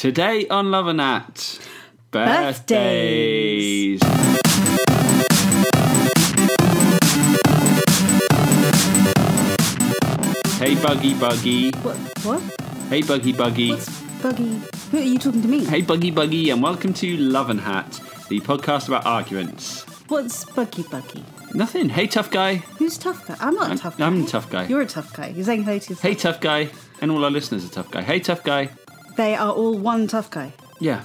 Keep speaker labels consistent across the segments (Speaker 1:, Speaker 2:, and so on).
Speaker 1: Today on Love and At
Speaker 2: Birthdays.
Speaker 1: birthdays. Hey Buggy Buggy.
Speaker 2: What? What?
Speaker 1: Hey Buggy Buggy.
Speaker 2: What's buggy? Who are you talking to me?
Speaker 1: Hey Buggy Buggy and welcome to Love and Hat, the podcast about arguments.
Speaker 2: What's buggy buggy?
Speaker 1: Nothing. Hey tough guy.
Speaker 2: Who's tough guy? I'm not
Speaker 1: I'm-
Speaker 2: a tough guy.
Speaker 1: I'm a tough guy.
Speaker 2: You're a tough guy. You're saying hello to yourself.
Speaker 1: Hey tough guy. And all our listeners are tough guy. Hey tough guy.
Speaker 2: They are all one tough guy.
Speaker 1: Yeah.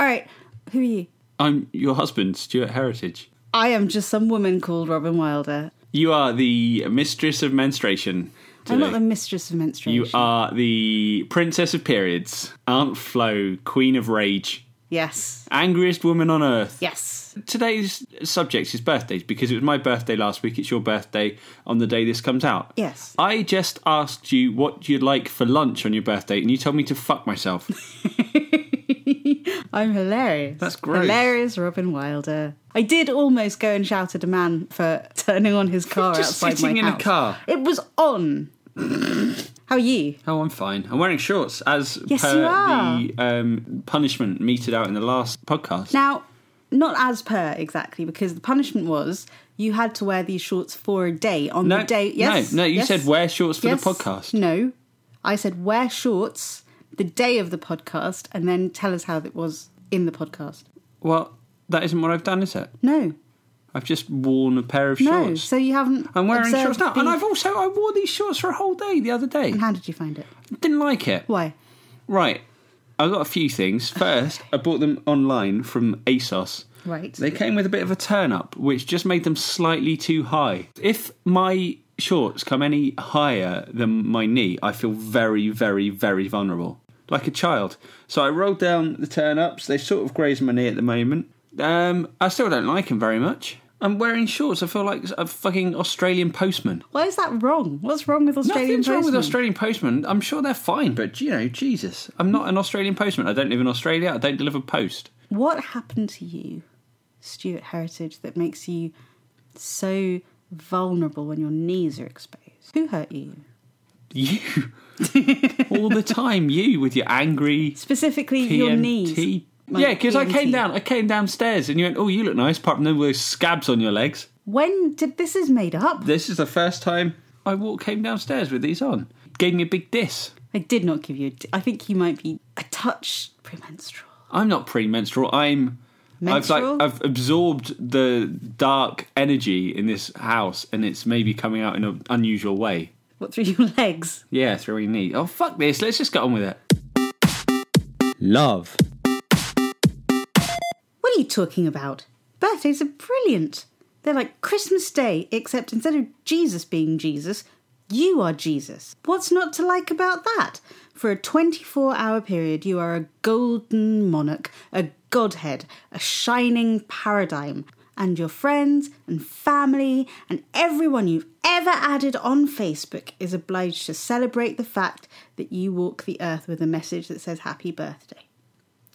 Speaker 2: All right. Who are you?
Speaker 1: I'm your husband, Stuart Heritage.
Speaker 2: I am just some woman called Robin Wilder.
Speaker 1: You are the mistress of menstruation.
Speaker 2: I'm
Speaker 1: today.
Speaker 2: not the mistress of menstruation.
Speaker 1: You are the princess of periods, Aunt Flo, queen of rage,
Speaker 2: Yes.
Speaker 1: angriest woman on earth.
Speaker 2: Yes.
Speaker 1: Today's subject is birthdays because it was my birthday last week. It's your birthday on the day this comes out.
Speaker 2: Yes.
Speaker 1: I just asked you what you'd like for lunch on your birthday, and you told me to fuck myself.
Speaker 2: I'm hilarious.
Speaker 1: That's gross.
Speaker 2: Hilarious Robin Wilder. I did almost go and shout at a man for turning on his car
Speaker 1: just
Speaker 2: outside
Speaker 1: sitting
Speaker 2: my
Speaker 1: in a
Speaker 2: house.
Speaker 1: car.
Speaker 2: It was on. How are you?
Speaker 1: oh, I'm fine. I'm wearing shorts as
Speaker 2: Yes,
Speaker 1: per
Speaker 2: you are.
Speaker 1: the um, punishment meted out in the last podcast.
Speaker 2: Now, not as per exactly, because the punishment was you had to wear these shorts for a day on the day. Yes,
Speaker 1: no, no. You
Speaker 2: yes,
Speaker 1: said wear shorts for
Speaker 2: yes,
Speaker 1: the podcast.
Speaker 2: No, I said wear shorts the day of the podcast, and then tell us how it was in the podcast.
Speaker 1: Well, that isn't what I've done, is it?
Speaker 2: No,
Speaker 1: I've just worn a pair of
Speaker 2: no.
Speaker 1: shorts.
Speaker 2: So you haven't.
Speaker 1: I'm wearing
Speaker 2: observed
Speaker 1: shorts now,
Speaker 2: being-
Speaker 1: and I've also I wore these shorts for a whole day the other day.
Speaker 2: How did you find it?
Speaker 1: Didn't like it.
Speaker 2: Why?
Speaker 1: Right, I got a few things. First, I bought them online from ASOS.
Speaker 2: Right.
Speaker 1: They came with a bit of a turn up, which just made them slightly too high. If my shorts come any higher than my knee, I feel very, very, very vulnerable, like a child. So I rolled down the turn ups. They sort of graze my knee at the moment. Um, I still don't like them very much. I'm wearing shorts. I feel like a fucking Australian postman.
Speaker 2: Why is that wrong? What's wrong with Australian
Speaker 1: Nothing's wrong with
Speaker 2: postmen?
Speaker 1: Australian postmen. I'm sure they're fine, but you know, Jesus, I'm not an Australian postman. I don't live in Australia. I don't deliver post.
Speaker 2: What happened to you, Stuart Heritage, that makes you so vulnerable when your knees are exposed? Who hurt you?
Speaker 1: You all the time. You with your angry
Speaker 2: Specifically,
Speaker 1: PMT.
Speaker 2: your knees. My
Speaker 1: yeah, because I came
Speaker 2: PMT.
Speaker 1: down. I came downstairs, and you went, "Oh, you look nice." Apart from them, those scabs on your legs.
Speaker 2: When did this is made up?
Speaker 1: This is the first time I walked came downstairs with these on. Gave me a big diss.
Speaker 2: I did not give you. a d I think you might be a touch premenstrual.
Speaker 1: I'm not premenstrual. I'm I've
Speaker 2: Menstrual?
Speaker 1: like I've absorbed the dark energy in this house, and it's maybe coming out in an unusual way.
Speaker 2: What through your legs?
Speaker 1: Yeah, it's really neat. Oh fuck this! Let's just get on with it. Love.
Speaker 2: What are you talking about? Birthdays are brilliant. They're like Christmas Day, except instead of Jesus being Jesus, you are Jesus. What's not to like about that? For a 24 hour period, you are a golden monarch, a godhead, a shining paradigm. And your friends and family and everyone you've ever added on Facebook is obliged to celebrate the fact that you walk the earth with a message that says happy birthday.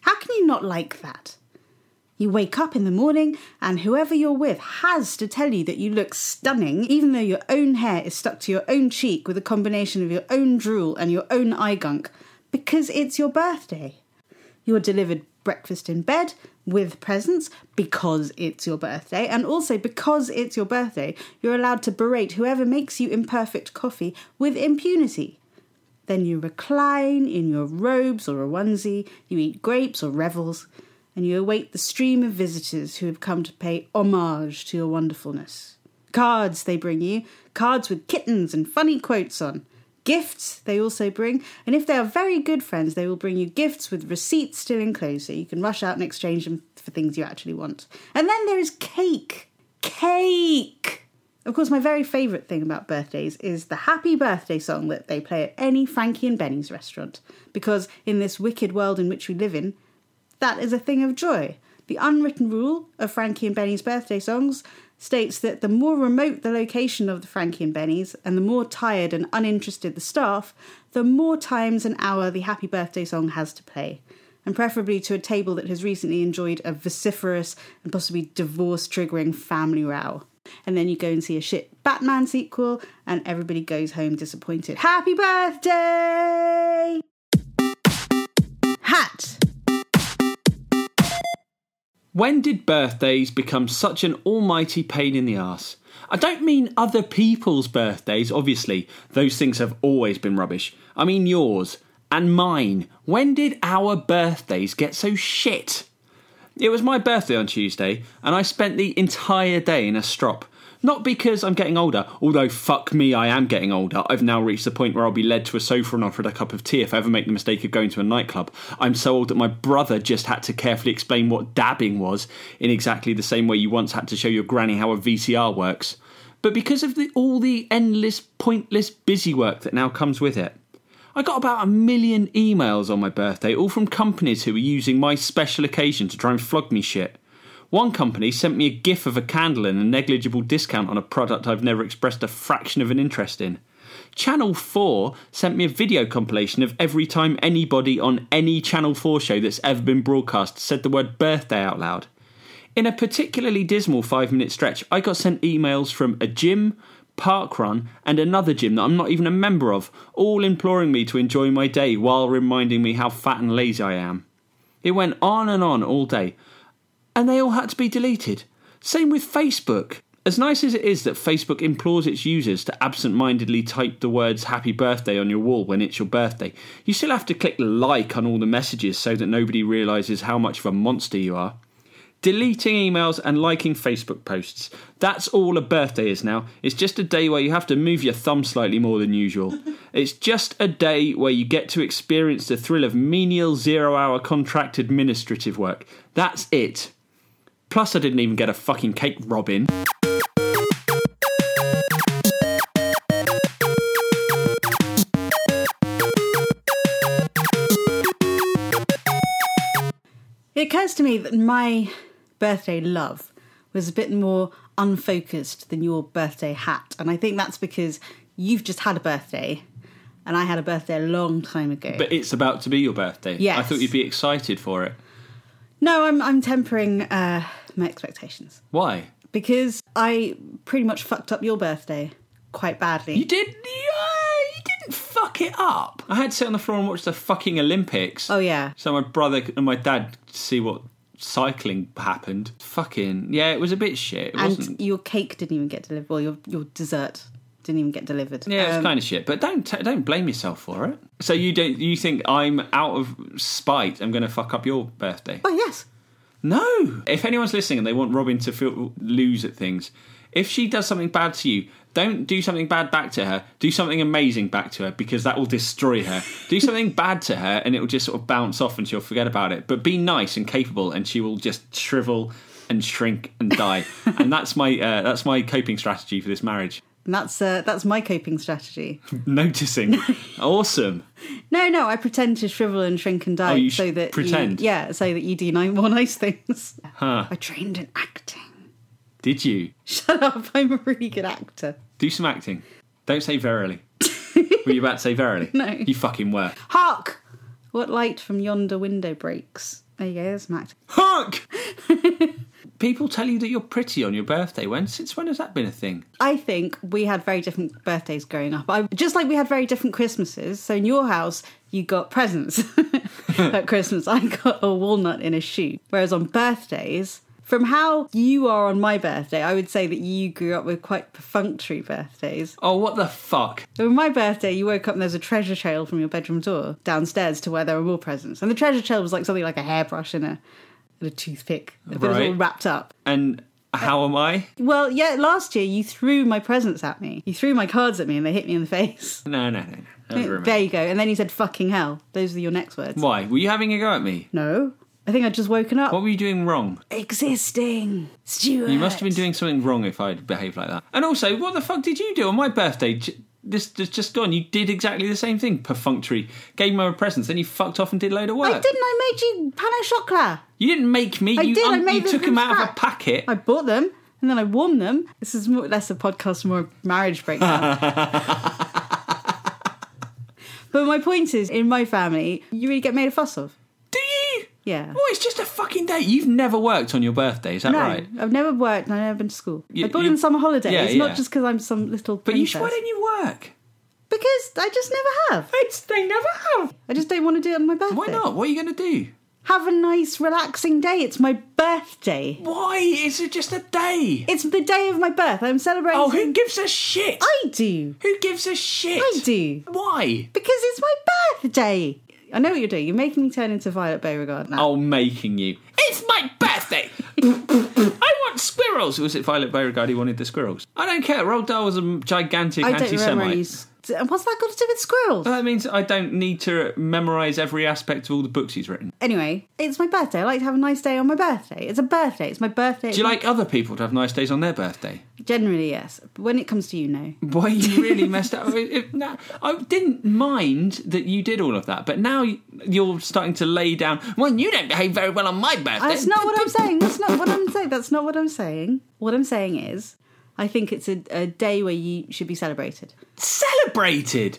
Speaker 2: How can you not like that? You wake up in the morning, and whoever you're with has to tell you that you look stunning, even though your own hair is stuck to your own cheek with a combination of your own drool and your own eye gunk, because it's your birthday. You're delivered breakfast in bed with presents because it's your birthday, and also because it's your birthday, you're allowed to berate whoever makes you imperfect coffee with impunity. Then you recline in your robes or a onesie, you eat grapes or revels, and you await the stream of visitors who have come to pay homage to your wonderfulness. Cards they bring you, cards with kittens and funny quotes on. Gifts they also bring, and if they are very good friends, they will bring you gifts with receipts still enclosed so you can rush out and exchange them for things you actually want. And then there is cake. Cake! Of course, my very favourite thing about birthdays is the happy birthday song that they play at any Frankie and Benny's restaurant. Because in this wicked world in which we live in, that is a thing of joy. The unwritten rule of Frankie and Benny's birthday songs states that the more remote the location of the Frankie and Benny's and the more tired and uninterested the staff, the more times an hour the happy birthday song has to play. And preferably to a table that has recently enjoyed a vociferous and possibly divorce triggering family row. And then you go and see a shit Batman sequel, and everybody goes home disappointed. Happy birthday! hat.
Speaker 1: When did birthdays become such an almighty pain in the ass? I don't mean other people's birthdays, obviously. Those things have always been rubbish. I mean yours and mine. When did our birthdays get so shit? It was my birthday on Tuesday, and I spent the entire day in a strop. Not because I'm getting older, although fuck me, I am getting older. I've now reached the point where I'll be led to a sofa and offered a cup of tea if I ever make the mistake of going to a nightclub. I'm so old that my brother just had to carefully explain what dabbing was, in exactly the same way you once had to show your granny how a VCR works. But because of the, all the endless, pointless busy work that now comes with it, I got about a million emails on my birthday, all from companies who were using my special occasion to try and flog me shit. One company sent me a gif of a candle and a negligible discount on a product I've never expressed a fraction of an interest in. Channel 4 sent me a video compilation of every time anybody on any Channel 4 show that's ever been broadcast said the word birthday out loud. In a particularly dismal five minute stretch, I got sent emails from a gym, parkrun, and another gym that I'm not even a member of, all imploring me to enjoy my day while reminding me how fat and lazy I am. It went on and on all day, and they all had to be deleted. Same with Facebook. As nice as it is that Facebook implores its users to absent mindedly type the words happy birthday on your wall when it's your birthday, you still have to click like on all the messages so that nobody realises how much of a monster you are deleting emails and liking Facebook posts. That's all a birthday is now. It's just a day where you have to move your thumb slightly more than usual. It's just a day where you get to experience the thrill of menial zero hour contract administrative work. That's it. Plus, I didn't even get a fucking cake, Robin.
Speaker 2: It occurs to me that my birthday love was a bit more unfocused than your birthday hat. And I think that's because you've just had a birthday and I had a birthday a long time ago.
Speaker 1: But it's about to be your birthday.
Speaker 2: Yes.
Speaker 1: I thought you'd be excited for it.
Speaker 2: no, I'm, I'm tempering uh, my expectations
Speaker 1: Why?
Speaker 2: because I pretty much fucked up your birthday quite badly.
Speaker 1: You did. yeah, You didn't fuck it up. I had to sit on the floor and watch the fucking Olympics.
Speaker 2: oh, yeah.
Speaker 1: So my brother and my dad could see what cycling happened. Fucking yeah, it was a bit shit. It wasn't.
Speaker 2: And your cake didn't even get delivered. Well, your, your dessert didn't even get delivered.
Speaker 1: Yeah, it's
Speaker 2: Um,
Speaker 1: kind of shit. But don't t- don't blame yourself for it. So you don't you think I'm out of spite? I'm going to fuck up your birthday?
Speaker 2: Well, oh, yes.
Speaker 1: No. If anyone's listening and they want Robin to feel lose at things, if she does something bad to you. Don't do something bad back to her. Do something amazing back to her because that will destroy her. do something bad to her and it will just sort of bounce off and she'll forget about it. But be nice and capable and she will just shrivel and shrink and die. and that's my uh, that's my coping strategy for this marriage.
Speaker 2: And that's, uh, that's my coping strategy.
Speaker 1: Noticing. awesome.
Speaker 2: No, no, I pretend to shrivel and shrink and die
Speaker 1: Oh, you
Speaker 2: so
Speaker 1: sh-
Speaker 2: that
Speaker 1: pretend?
Speaker 2: You, yeah, so that you do ni- more nice things. I trained in acting.
Speaker 1: Did you?
Speaker 2: Shut up! I'm a really good actor.
Speaker 1: Do some acting. Don't say verily. were you about to say verily?
Speaker 2: No.
Speaker 1: You fucking were.
Speaker 2: Hark! What light from yonder window breaks? There you go. There's an act.
Speaker 1: Honk! People tell you that you're pretty on your birthday. When? Since when has that been a thing?
Speaker 2: I think we had very different birthdays growing up. I, just like we had very different Christmases. So in your house, you got presents at Christmas. I got a walnut in a shoe. Whereas on birthdays, from how you are on my birthday, I would say that you grew up with quite perfunctory birthdays.
Speaker 1: Oh, what the fuck?
Speaker 2: So on my birthday, you woke up and there's a treasure trail from your bedroom door downstairs to where there were more presents. And the treasure trail was like something like a hairbrush and a, and a toothpick. But it was all
Speaker 1: Right.
Speaker 2: wrapped up.
Speaker 1: And how am I?
Speaker 2: Well, yeah, last year you threw my presents at me. You threw my cards at me and they hit me in the face.
Speaker 1: No, no, no, no. Don't remember.
Speaker 2: There you go. And then you said, fucking hell. Those are your next words.
Speaker 1: Why? Were you having a go at me?
Speaker 2: No. I think I'd just woken up.
Speaker 1: What were you doing wrong?
Speaker 2: Existing. Stuart.
Speaker 1: You must have been doing something wrong if I'd behaved like that. And also, what the fuck did you do on my birthday? J- This has just gone. You did exactly the same thing, perfunctory. Gave me my presents, then you fucked off and did a load of work.
Speaker 2: I didn't. I made you pan au chocolat.
Speaker 1: You didn't make me.
Speaker 2: I
Speaker 1: you
Speaker 2: did, I made
Speaker 1: you
Speaker 2: them
Speaker 1: took
Speaker 2: from
Speaker 1: them out of a
Speaker 2: scratch.
Speaker 1: packet.
Speaker 2: I bought them and then I warmed them. This is more, less a podcast, more a marriage breakdown. but my point is, in my family, you really get made a fuss of.
Speaker 1: Do you?
Speaker 2: Yeah.
Speaker 1: Well, it's just a fucking day. You've never worked on your birthday, is that
Speaker 2: No,
Speaker 1: right?
Speaker 2: I've never worked and I've never been to school.
Speaker 1: You-
Speaker 2: I bought
Speaker 1: you-
Speaker 2: in summer holidays,
Speaker 1: Yeah,
Speaker 2: not
Speaker 1: yeah.
Speaker 2: just because I'm some little
Speaker 1: But you
Speaker 2: princess.
Speaker 1: should, why don't you work?
Speaker 2: Because I just never have.
Speaker 1: It's, they never have.
Speaker 2: I just don't want to do it on my birthday.
Speaker 1: Why not? What are you going to do?
Speaker 2: Have a nice, relaxing day. It's my birthday.
Speaker 1: Why is it just a day?
Speaker 2: It's the day of my birth. I'm celebrating.
Speaker 1: Oh, who gives a shit?
Speaker 2: I do.
Speaker 1: Who gives a shit?
Speaker 2: I do.
Speaker 1: Why?
Speaker 2: Because it's my birthday. I know what you're doing. You're making me turn into Violet Beauregard now.
Speaker 1: Oh, making you. It's my birthday! I want squirrels! Was it Violet Beauregard who wanted the squirrels? I don't care. Roald Dahl was a gigantic
Speaker 2: I don't
Speaker 1: anti
Speaker 2: remember any.
Speaker 1: Semite.
Speaker 2: s- What's that got to do with squirrels?
Speaker 1: That means I don't need to memorise every aspect of all the books he's written.
Speaker 2: anyway, it's my birthday. I like to have a nice day on my birthday. It's a birthday. It's my birthday.
Speaker 1: Do you like other people to have nice days on their birthday?
Speaker 2: Generally, yes. But when it comes to you, no.
Speaker 1: Why you really messed up? It- it- nah, I didn't mind that you did all of that, but now you're starting to lay down. Well, you don't behave very well on my birthday.
Speaker 2: That's not what I'm saying. That's not what I'm saying. That's not what I'm saying. What I'm saying is, I think it's a, a day where you should be celebrated
Speaker 1: celebrated.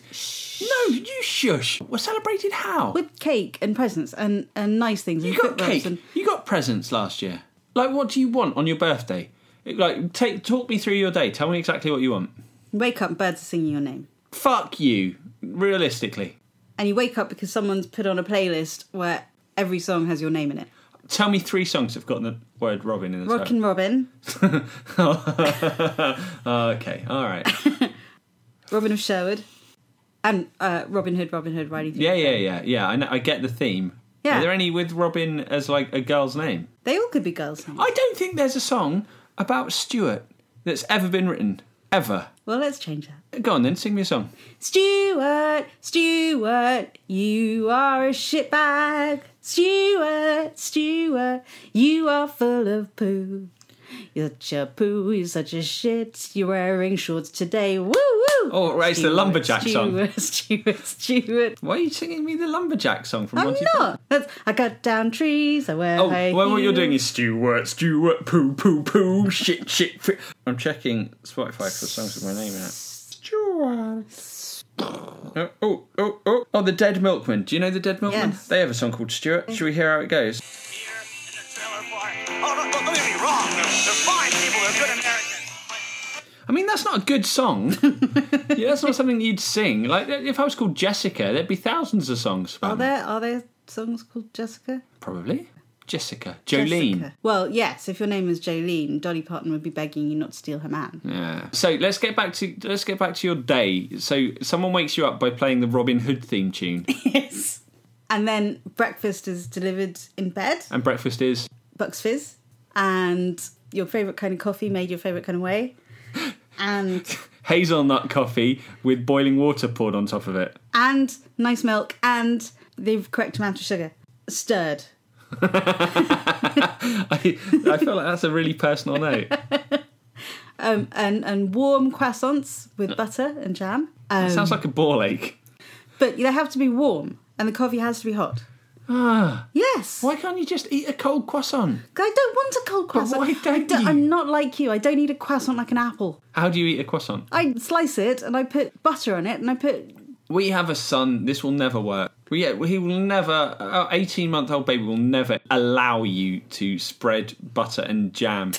Speaker 1: No, you shush. Well, celebrated how?
Speaker 2: with cake and presents and, and nice things.
Speaker 1: you
Speaker 2: and
Speaker 1: got
Speaker 2: foot rubs
Speaker 1: cake.
Speaker 2: And,
Speaker 1: You got presents last year. Like, what do you want on your birthday? Like, take talk me through your day. Tell me exactly what you want.
Speaker 2: wake up, birds are singing your name.
Speaker 1: Fuck you. Realistically,
Speaker 2: And you wake up because someone's put on a playlist where every song has your name in it.
Speaker 1: tell me three songs that've got the word Robin in the
Speaker 2: Rockin' Robin,
Speaker 1: title. Oh, Okay, all right.
Speaker 2: Robin of Sherwood, and uh, Robin Hood, Robin Hood, Riding Hood.
Speaker 1: Yeah, yeah, yeah, yeah. I, know, I get the theme.
Speaker 2: Yeah.
Speaker 1: Are there any with Robin as like a girl's name?
Speaker 2: They all could be girls' names.
Speaker 1: I don't think there's a song about Stuart that's ever been written ever.
Speaker 2: Well, let's change that.
Speaker 1: Go on then, sing me a song.
Speaker 2: Stuart, Stuart, you are a shitbag. Stuart, Stuart, you are full of poo. You're such a poo, you're such a shit. You're wearing shorts today. Woo woo!
Speaker 1: Oh, right, it's the lumberjack song.
Speaker 2: Stuart, Stuart, Stuart.
Speaker 1: Why are you singing me the lumberjack song from
Speaker 2: I'm
Speaker 1: Monty?
Speaker 2: not. That's, I cut down trees. I wear.
Speaker 1: Oh,
Speaker 2: high
Speaker 1: well, what you're
Speaker 2: heels.
Speaker 1: doing is Stuart, Stuart, poo, poo, poo, shit, shit. Fi-. I'm checking Spotify for songs with my name in it. Stuart. Oh, oh, oh, oh. Oh, the Dead Milkman. Do you know the Dead Milkman?
Speaker 2: Yes.
Speaker 1: They have a song called Stuart. Should we hear how it goes?
Speaker 3: here in the trailer park. Oh, don't, don't get me wrong. They're, they're fine people. They're good Americans.
Speaker 1: I mean, that's not a good song. yeah, that's not something you'd sing. Like, if I was called Jessica, there'd be thousands of songs.
Speaker 2: Are
Speaker 1: about me.
Speaker 2: there are there songs called Jessica?
Speaker 1: Probably. Jessica. Jolene.
Speaker 2: Jessica. Well, yes. If your name was Jolene, Dolly Parton would be begging you not to steal her man.
Speaker 1: Yeah. So let's get back to let's get back to your day. So someone wakes you up by playing the Robin Hood theme tune,
Speaker 2: Yes. And then breakfast is delivered in bed,
Speaker 1: and breakfast is
Speaker 2: Bucks Fizz, and your favourite kind of coffee made your favourite kind of way. And
Speaker 1: hazelnut coffee with boiling water poured on top of it.
Speaker 2: and nice milk and the correct amount of sugar. Stirred.
Speaker 1: I, I feel like that's a really personal note.
Speaker 2: Um, and, and warm croissants with
Speaker 1: Uh.
Speaker 2: butter and jam. Um,
Speaker 1: Sounds like a ball ache.
Speaker 2: but they have to be warm and the coffee has to be hot.
Speaker 1: Ah,
Speaker 2: Yes.
Speaker 1: why can't you just eat a cold croissant?
Speaker 2: I don't want a cold croissant.
Speaker 1: why
Speaker 2: I
Speaker 1: don't you?
Speaker 2: I'm not like you. I don't eat a croissant like an apple.
Speaker 1: How do you eat a croissant?
Speaker 2: I slice it and I put butter on it and I put
Speaker 1: We have a son. This will never work. Well, yeah, he will never. Our eighteen-month-old baby will never allow you to spread butter and jam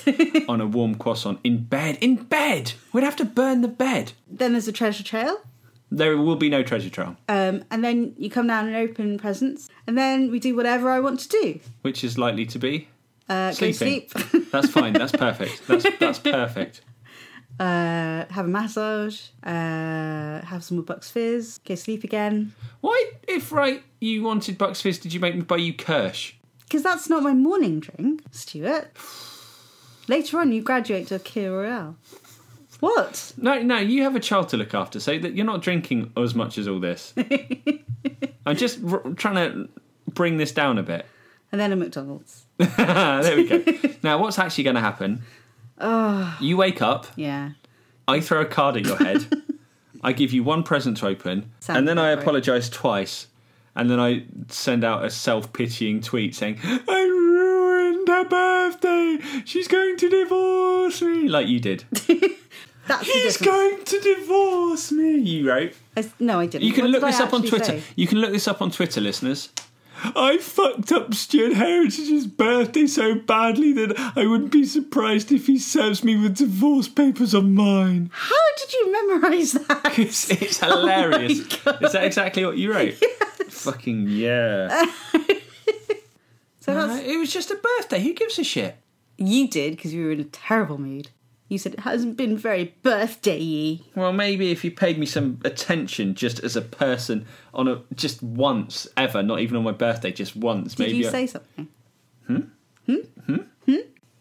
Speaker 1: on a warm croissant in bed. In bed, we'd have to burn the bed.
Speaker 2: Then there's a treasure trail.
Speaker 1: There will be no treasure trail,
Speaker 2: Um, and then you come down and open presents. And then we do whatever I want to do.
Speaker 1: which is likely to be
Speaker 2: Uh, go
Speaker 1: sleeping.
Speaker 2: sleep.
Speaker 1: that's fine. That's perfect. That's that's perfect.
Speaker 2: uh, have a massage. Uh, have some more Bucks Fizz. Go sleep again.
Speaker 1: Why, if right, you wanted Bucks Fizz, did you make me buy you Kirsch?
Speaker 2: Because that's not my morning drink, Stuart. Later on, you graduate to a Kir Royale. What?
Speaker 1: No, no, you have a child to look after, so that you're not drinking as much as all this. I'm just r- trying to bring this down a bit.
Speaker 2: And then a McDonald's.
Speaker 1: there we go. now, what's actually going to happen?
Speaker 2: Ah.
Speaker 1: You wake up,
Speaker 2: Yeah.
Speaker 1: I throw a card at your head, I give you one present to open,
Speaker 2: Sounds
Speaker 1: and then I
Speaker 2: about right.
Speaker 1: apologise twice, and then I send out a self pitying tweet saying, I ruined her birthday, she's going to divorce me, like you did.
Speaker 2: That's the
Speaker 1: He's
Speaker 2: difference.
Speaker 1: going to divorce me, you wrote.
Speaker 2: I s- no, I didn't.
Speaker 1: You can
Speaker 2: What
Speaker 1: look
Speaker 2: did I
Speaker 1: this up on
Speaker 2: actually
Speaker 1: Twitter.
Speaker 2: say?
Speaker 1: You can look this up on Twitter, listeners. I fucked up Stuart Heritage's birthday so badly that I wouldn't be surprised if he serves me with divorce papers on mine.
Speaker 2: How did you memorise that?
Speaker 1: It's, it's
Speaker 2: Oh
Speaker 1: hilarious. Is that exactly what you wrote? Fucking yeah.
Speaker 2: So
Speaker 1: Uh,
Speaker 2: Uh, that's,
Speaker 1: it was just a birthday. Who gives a shit?
Speaker 2: you did because you were in a terrible mood. You said it hasn't been very birthday-y.
Speaker 1: Well, maybe if you paid me some attention just as a person on a just once ever, not even on my birthday, just once.
Speaker 2: Did
Speaker 1: maybe
Speaker 2: you
Speaker 1: I- Hmm?
Speaker 2: say something? Hmm? Hmm? Hmm?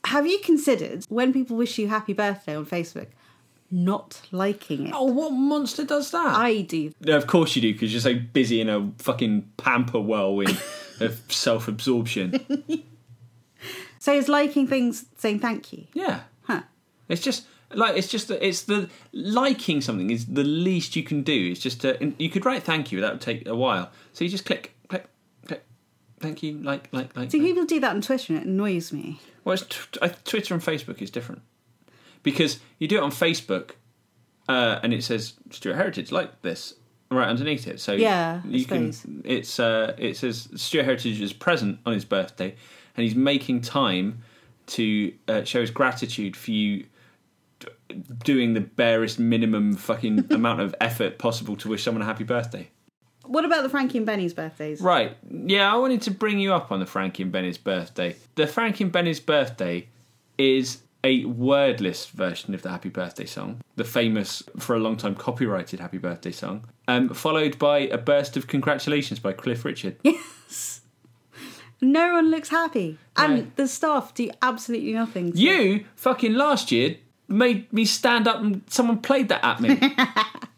Speaker 2: Have you considered when people wish you happy birthday on Facebook, not liking it?
Speaker 1: Oh, what monster does that?
Speaker 2: I do.
Speaker 1: No, of course you do, because you're so busy in a fucking pamper whirlwind of self-absorption.
Speaker 2: So it's liking things, saying thank you.
Speaker 1: Yeah,
Speaker 2: Huh.
Speaker 1: it's just like it's just that it's the liking something is the least you can do. It's just to, and you could write thank you, that would take a while. So you just click, click, click, thank you, like, like, like.
Speaker 2: See,
Speaker 1: like.
Speaker 2: people do that on Twitter and it annoys me.
Speaker 1: Well, it's t- I- Twitter and Facebook is different because you do it on Facebook, uh, and it says Stuart Heritage like this right underneath it. So
Speaker 2: Yeah, I
Speaker 1: you can.
Speaker 2: suppose.
Speaker 1: It's uh, it says Stuart Heritage is present on his birthday, and he's making time to uh, show his gratitude for you d- doing the barest minimum fucking amount of effort possible to wish someone a happy birthday.
Speaker 2: What about the Frankie and Benny's birthdays?
Speaker 1: Right. Yeah, I wanted to bring you up on the Frankie and Benny's birthday. The Frankie and Benny's birthday is a wordless version of the Happy Birthday song, the famous, for a long time, copyrighted Happy Birthday song, um, followed by a burst of congratulations by Cliff Richard.
Speaker 2: No one looks happy.
Speaker 1: No.
Speaker 2: And the staff do absolutely nothing.
Speaker 1: You fucking last year made me stand up and someone played that at me. that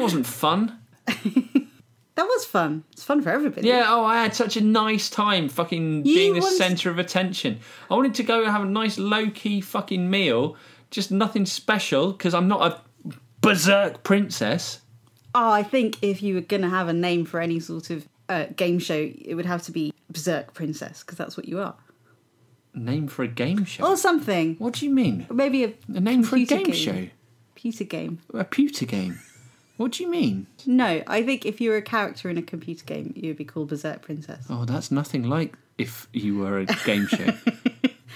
Speaker 1: wasn't fun.
Speaker 2: That was fun. It's fun for everybody.
Speaker 1: Yeah, oh, I had such a nice time fucking
Speaker 2: You
Speaker 1: being the
Speaker 2: wanted-
Speaker 1: centre of attention. I wanted to go and have a nice low key fucking meal, just nothing special, because I'm not a berserk princess.
Speaker 2: Oh, I think if you were going to have a name for any sort of uh, game show, it would have to be Berserk Princess, because that's what you are.
Speaker 1: Name for a game show?
Speaker 2: Or something.
Speaker 1: What do you mean?
Speaker 2: Maybe a,
Speaker 1: A name for a
Speaker 2: Oh. computer
Speaker 1: game,
Speaker 2: Computer game.
Speaker 1: show? A pewter game? What do you mean?
Speaker 2: No, I think if you were a character in a computer game, you would be called Berserk Princess.
Speaker 1: Oh, that's nothing like if you were a game show.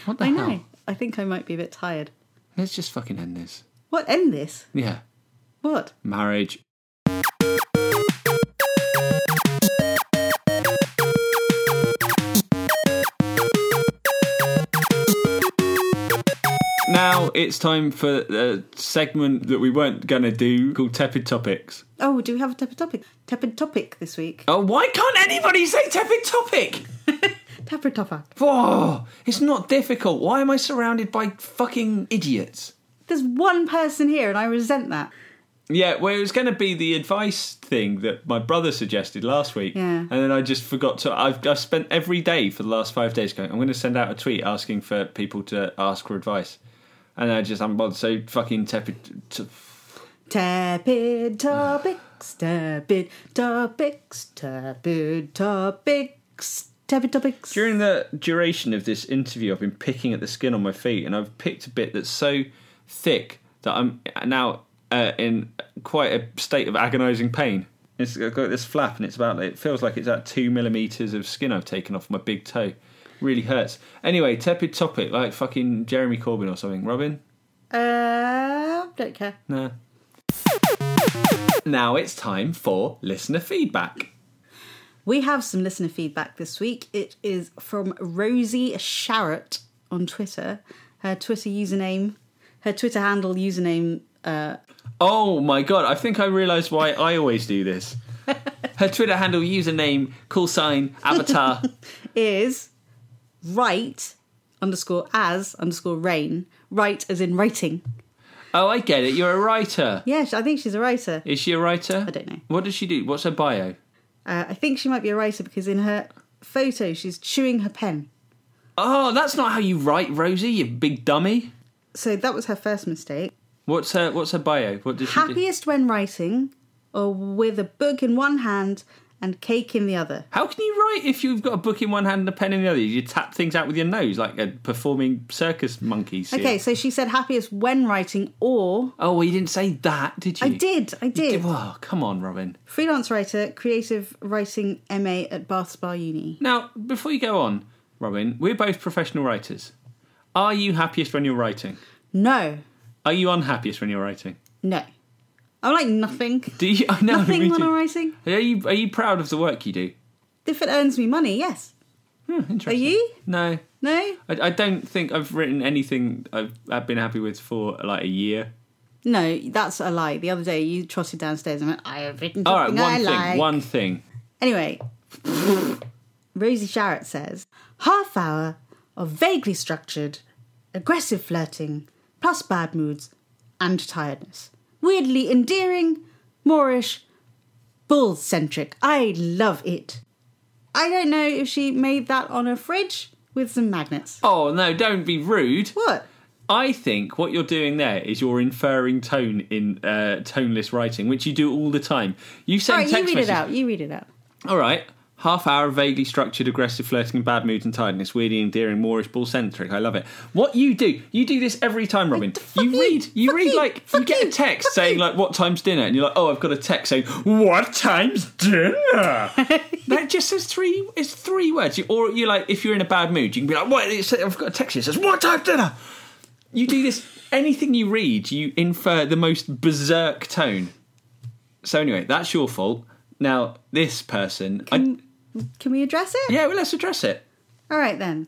Speaker 1: what the
Speaker 2: I
Speaker 1: hell?
Speaker 2: know. I think I might be a bit tired.
Speaker 1: Let's just fucking end this.
Speaker 2: What? End this?
Speaker 1: Yeah.
Speaker 2: What?
Speaker 1: Marriage. Now it's time for a segment that we weren't going to do called Tepid Topics.
Speaker 2: Oh, do we have a tepid topic? Tepid topic this week.
Speaker 1: Oh, why can't anybody say Tepid Topic?
Speaker 2: Tepid topic.
Speaker 1: Whoa, it's not difficult. Why am I surrounded by fucking idiots?
Speaker 2: There's one person here, and I resent that.
Speaker 1: Yeah, well, it was going to be the advice thing that my brother suggested last week.
Speaker 2: Yeah.
Speaker 1: And then I just forgot to. I've, I've spent every day for the last five days going, I'm going to send out a tweet asking for people to ask for advice. And I just haven't bothered. So fucking tepid. T-
Speaker 2: Tepid topics, tepid topics, tepid topics, tepid topics.
Speaker 1: During the duration of this interview, I've been picking at the skin on my feet, and I've picked a bit that's so thick that I'm now uh, in quite a state of agonising pain. It's I've got this flap, and it's about it feels like it's at two millimeters of skin I've taken off my big toe. Really hurts. Anyway, tepid topic like fucking Jeremy Corbyn or something. Robin,
Speaker 2: Uh, don't care.
Speaker 1: nah. Now it's time for listener feedback.
Speaker 2: We have some listener feedback this week. It is from Rosie Sharrett on Twitter. Her Twitter username, her Twitter handle username.
Speaker 1: Oh my god, I think I realised why I always do this. Her Twitter handle, username, call sign, avatar.
Speaker 2: is write underscore as underscore rain write as in writing
Speaker 1: oh, I get it, you're a writer.
Speaker 2: yeah sh- i think she's a writer
Speaker 1: Is she a writer?
Speaker 2: I don't know.
Speaker 1: What does she do? What's her bio?
Speaker 2: uh, i think she might be a writer because in her photo she's chewing her pen
Speaker 1: Oh, that's not how you write, Rosie, you big dummy.
Speaker 2: so that was her first mistake
Speaker 1: What's her what's her bio? What does she do?
Speaker 2: happiest when writing or with a book in one hand and cake in the other.
Speaker 1: How can you write if you've got a book in one hand and a pen in the other? You tap things out with your nose like a performing circus monkey. see?
Speaker 2: Okay, so she said happiest when writing or.
Speaker 1: Oh, well, you didn't say that, did you?
Speaker 2: I did, I
Speaker 1: You
Speaker 2: did.
Speaker 1: Oh, come on, Robin.
Speaker 2: Freelance writer, creative writing MA at Bath Spa Uni.
Speaker 1: Now, before you go on, Robin, we're both professional writers. Are you happiest when you're writing?
Speaker 2: No,
Speaker 1: Are you unhappiest when you're writing?
Speaker 2: no. I like nothing.
Speaker 1: Do you? I know.
Speaker 2: Nothing
Speaker 1: me
Speaker 2: when
Speaker 1: too.
Speaker 2: I'm writing.
Speaker 1: Are you? Are you proud of the work you do?
Speaker 2: If it earns me money, yes.
Speaker 1: Hmm,
Speaker 2: Are
Speaker 1: interesting.
Speaker 2: you?
Speaker 1: No,
Speaker 2: No?
Speaker 1: I, I don't think I've written anything I've, I've been happy with for like a year.
Speaker 2: No, that's a lie. The other day you trotted downstairs and went, I have written
Speaker 1: All right,
Speaker 2: something
Speaker 1: one
Speaker 2: I
Speaker 1: thing.
Speaker 2: like.
Speaker 1: One thing.
Speaker 2: Anyway, Rosie Sharrett says half hour of vaguely structured, aggressive flirting, plus bad moods and tiredness. Weirdly endearing, Moorish, bull centric. I love it. I don't know if she made that on a fridge with some magnets.
Speaker 1: Oh no! Don't be rude.
Speaker 2: What?
Speaker 1: I think what you're doing there is you're inferring tone in uh, toneless writing, which you do all the time. You
Speaker 2: All
Speaker 1: send
Speaker 2: right, you
Speaker 1: text
Speaker 2: read
Speaker 1: messages.
Speaker 2: it out. You read it out.
Speaker 1: All right. Half hour of vaguely structured, aggressive flirting, and bad moods and tiredness, weirdly endearing, Moorish, ball centric. I love it. What you do, you do this every time, Robin.
Speaker 2: the fuck
Speaker 1: You
Speaker 2: you,
Speaker 1: read, you
Speaker 2: fuck
Speaker 1: read
Speaker 2: you,
Speaker 1: like you
Speaker 2: fuck
Speaker 1: get a
Speaker 2: you,
Speaker 1: text
Speaker 2: fuck
Speaker 1: saying
Speaker 2: you.
Speaker 1: like what time's dinner, and you're like, oh, I've got a text saying what time's dinner. that just says three. It's three words. You, or you like if you're in a bad mood, you can be like, what? It's, I've got a text that says what time's dinner. You do this. Anything you read, you infer the most berserk tone. So anyway, that's your fault. Now this person, I,
Speaker 2: Can we address it?
Speaker 1: yeah, well, let's address it.
Speaker 2: All right then.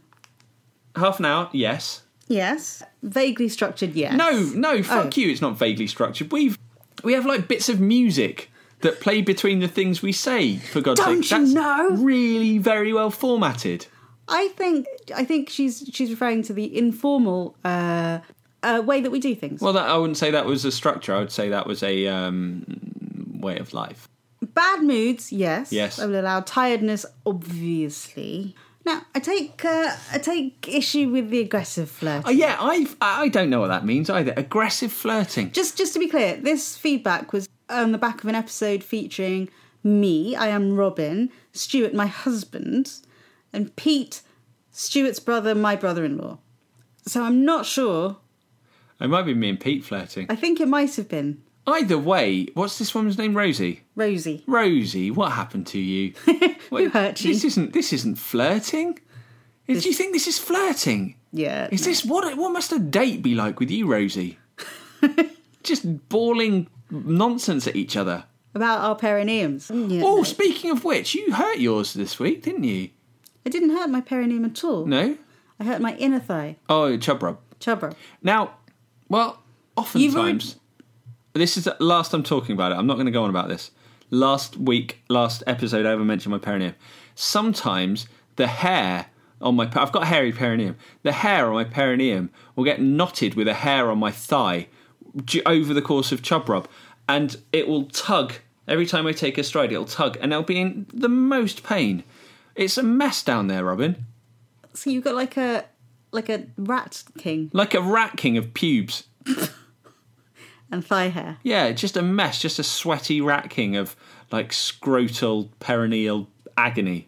Speaker 1: Half an hour, yes.
Speaker 2: Yes. Vaguely structured, yes.
Speaker 1: No, no, fuck
Speaker 2: Oh.
Speaker 1: you. It's not vaguely structured. We've we have like bits of music that play between the things we say. For God's
Speaker 2: Don't
Speaker 1: sake,
Speaker 2: you
Speaker 1: that's
Speaker 2: know?
Speaker 1: really very well formatted.
Speaker 2: I think I think she's she's referring to the informal uh, uh, way that we do things.
Speaker 1: Well, that, I wouldn't say that was a structure. I would say that was a um, way of life.
Speaker 2: Bad moods, yes.
Speaker 1: Yes.
Speaker 2: I will allow tiredness, obviously. Now, I take uh, I take issue with the aggressive flirt.
Speaker 1: Oh yeah, I've I I don't know what that means either. Aggressive flirting.
Speaker 2: just just to be clear, this feedback was on the back of an episode featuring me. I am Robin Stuart, my husband, and Pete Stuart's brother, my brother-in-law. So I'm not sure.
Speaker 1: It might be me and Pete flirting.
Speaker 2: I think it might have been
Speaker 1: Either way, what's this woman's name? Rosie.
Speaker 2: Rosie.
Speaker 1: Rosie, what happened to you?
Speaker 2: Who hurt you?
Speaker 1: This isn't this isn't flirting. Do you think this is flirting?
Speaker 2: Yeah.
Speaker 1: Is this what what must a date be like with you, Rosie? Just bawling nonsense at each other.
Speaker 2: about our perineums.
Speaker 1: Oh, speaking of which, you hurt yours this week, didn't you?
Speaker 2: I didn't hurt my perineum at all.
Speaker 1: No.
Speaker 2: I hurt my inner thigh,
Speaker 1: Oh, chub rub.
Speaker 2: chubber.
Speaker 1: Now, well,
Speaker 2: You've
Speaker 1: oftentimes
Speaker 2: already-
Speaker 1: this is the last I'm talking about it. I'm not going to go on about this. Last week, last episode, I ever mentioned my perineum. Sometimes the hair on my I've got hairy perineum. The hair on my perineum will get knotted with a hair on my thigh d- over the course of chub rub, and it will tug every time I take a stride. It'll tug, and I'll be in the most pain. It's a mess down there, Robin.
Speaker 2: So you got like a like a rat king
Speaker 1: Like a rat king of pubes.
Speaker 2: and thigh hair.
Speaker 1: Yeah, just a mess, just a sweaty racking of like scrotal perineal agony.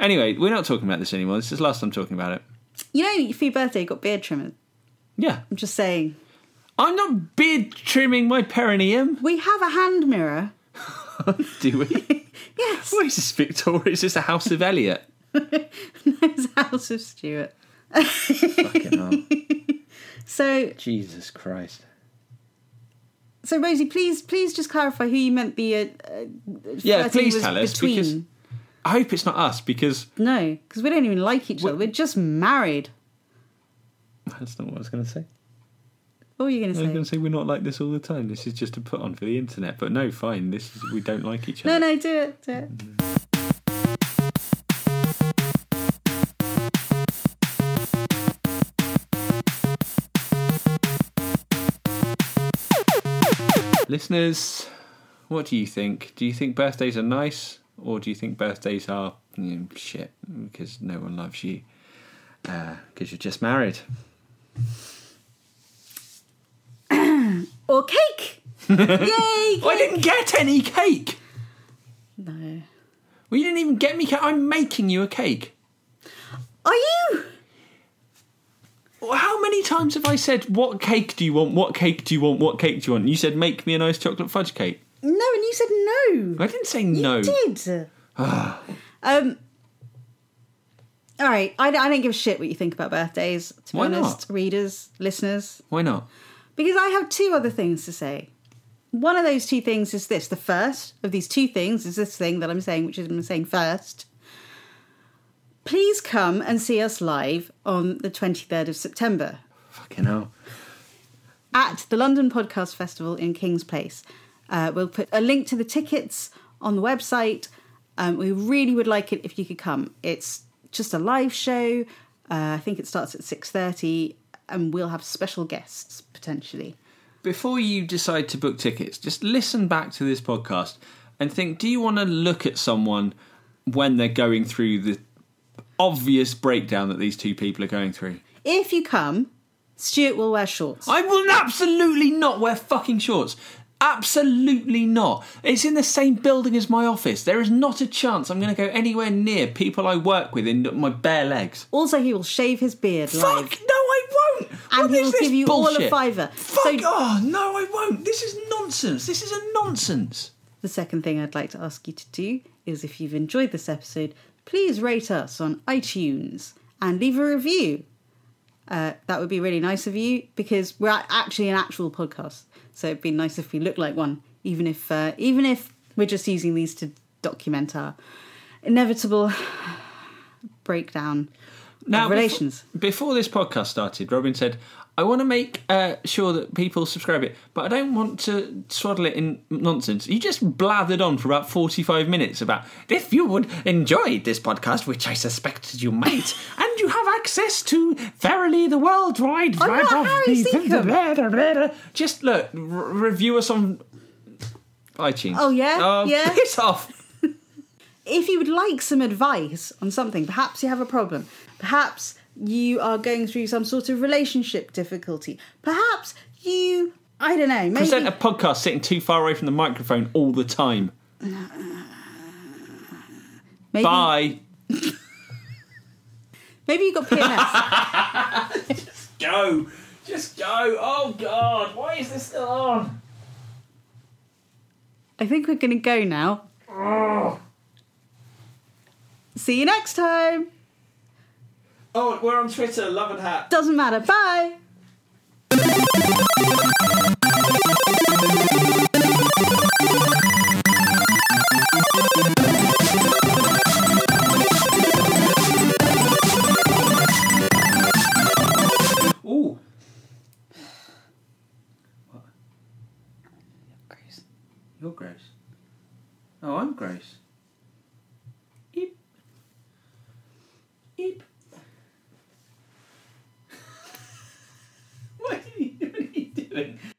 Speaker 1: Anyway, we're not talking about this anymore. This is the last I'm talking about it.
Speaker 2: You know, for your birthday, you got beard trimmers.
Speaker 1: Yeah.
Speaker 2: I'm just saying.
Speaker 1: I'm not beard trimming my perineum,
Speaker 2: We have a hand mirror.
Speaker 1: do we?
Speaker 2: Yes,
Speaker 1: Where is this Victoria? Is this a House of Elliot?
Speaker 2: it's House of Stuart.
Speaker 1: Fucking hell.
Speaker 2: So,
Speaker 1: Jesus Christ.
Speaker 2: so Rosie, please, please just clarify who you meant. The uh, uh,
Speaker 1: Yeah,
Speaker 2: flirting
Speaker 1: please
Speaker 2: was
Speaker 1: tell us
Speaker 2: between.
Speaker 1: because I hope it's not us because
Speaker 2: no, because we don't even like each other. We're just married.
Speaker 1: that's not what I was going to say.
Speaker 2: What were you going
Speaker 1: I was
Speaker 2: to
Speaker 1: going
Speaker 2: say?
Speaker 1: to say we're not like this all the time. This is just a put on for the internet. But no, fine. This is we don't like each other.
Speaker 2: No, no, do it, do it.
Speaker 1: Listeners, what do you think? Do you think birthdays are nice, or do you think birthdays are you know, shit because no one loves you because you're just married?
Speaker 2: Or cake. Yay! Mm-hmm.
Speaker 1: I didn't get any cake.
Speaker 2: No.
Speaker 1: Well, you didn't even get me cake. I'm making you a cake.
Speaker 2: Are you?
Speaker 1: Well, How many times have I said, "What cake do you want? What cake do you want? What cake do you want?" And you said, "Make me a nice chocolate fudge cake."
Speaker 2: No, and you said no.
Speaker 1: I didn't say no.
Speaker 2: You did. um. All right, I, I don't give a shit what you think about birthdays, to be
Speaker 1: Why not?
Speaker 2: honest, readers, listeners,
Speaker 1: Why not?
Speaker 2: because I have two other things to say. One of those two things is this. The first of these two things is this thing that I'm saying, which is I'm saying first. Please come and see us live on the 23rd of September
Speaker 1: Fucking hell.
Speaker 2: at the London Podcast Festival in King's Place. Uh, we'll put a link to the tickets on the website. Um, we really would like it if you could come. It's just a live show. Uh, I think it starts at six thirty, and we'll have special guests potentially.
Speaker 1: Before you decide to book tickets, just listen back to this podcast and think: Do you want to look at someone when they're going through the obvious breakdown that these two people are going through?
Speaker 2: If you come, Stuart will wear shorts.
Speaker 1: I will absolutely not wear fucking shorts. Absolutely not. It's in the same building as my office. There is not a chance I'm going to go anywhere near people I work with in my bare legs.
Speaker 2: Also, he will shave his beard live.
Speaker 1: Fuck! No, I won't.
Speaker 2: And
Speaker 1: What
Speaker 2: he
Speaker 1: is
Speaker 2: will
Speaker 1: this
Speaker 2: give you all a
Speaker 1: bullshit?
Speaker 2: fiver.
Speaker 1: Fuck!
Speaker 2: So-
Speaker 1: Oh no, I won't. This is nonsense. This is a nonsense.
Speaker 2: The second thing I'd like to ask you to do is if you've enjoyed this episode, please rate us on iTunes and leave a review. Uh, that would be really nice of you because we're a- actually an actual podcast, so it'd be nice if we look like one, even if uh, even if we're just using these to document our inevitable breakdown.
Speaker 1: Now,
Speaker 2: relations.
Speaker 1: Before, before this podcast started, Robin said, "I want to make uh, sure that people subscribe it, but I don't want to swaddle it in nonsense." You just blathered on for about forty-five minutes about if you would enjoy this podcast, which I suspected you might, and you have access to verily the worldwide
Speaker 2: I'm not Harry
Speaker 1: wide. Just look, r- review us on iTunes.
Speaker 2: Oh, yeah?
Speaker 1: Oh,
Speaker 2: Yeah?
Speaker 1: piss off.
Speaker 2: if you would like some advice on something, perhaps you have a problem, perhaps you are going through some sort of relationship difficulty, perhaps you, I don't know, maybe
Speaker 1: Present a podcast sitting too far away from the microphone all the time.
Speaker 2: maybe,
Speaker 1: Bye.
Speaker 2: maybe you got PMS.
Speaker 1: go. Just go. Oh God, why is this still on?
Speaker 2: I think we're going to go now. See you next time.
Speaker 1: Oh, we're on Twitter, love and hat.
Speaker 2: Doesn't matter. Bye.
Speaker 1: Ooh. What? You're gross. Oh, I'm gross. Eep. Eep. what are you, what are you doing?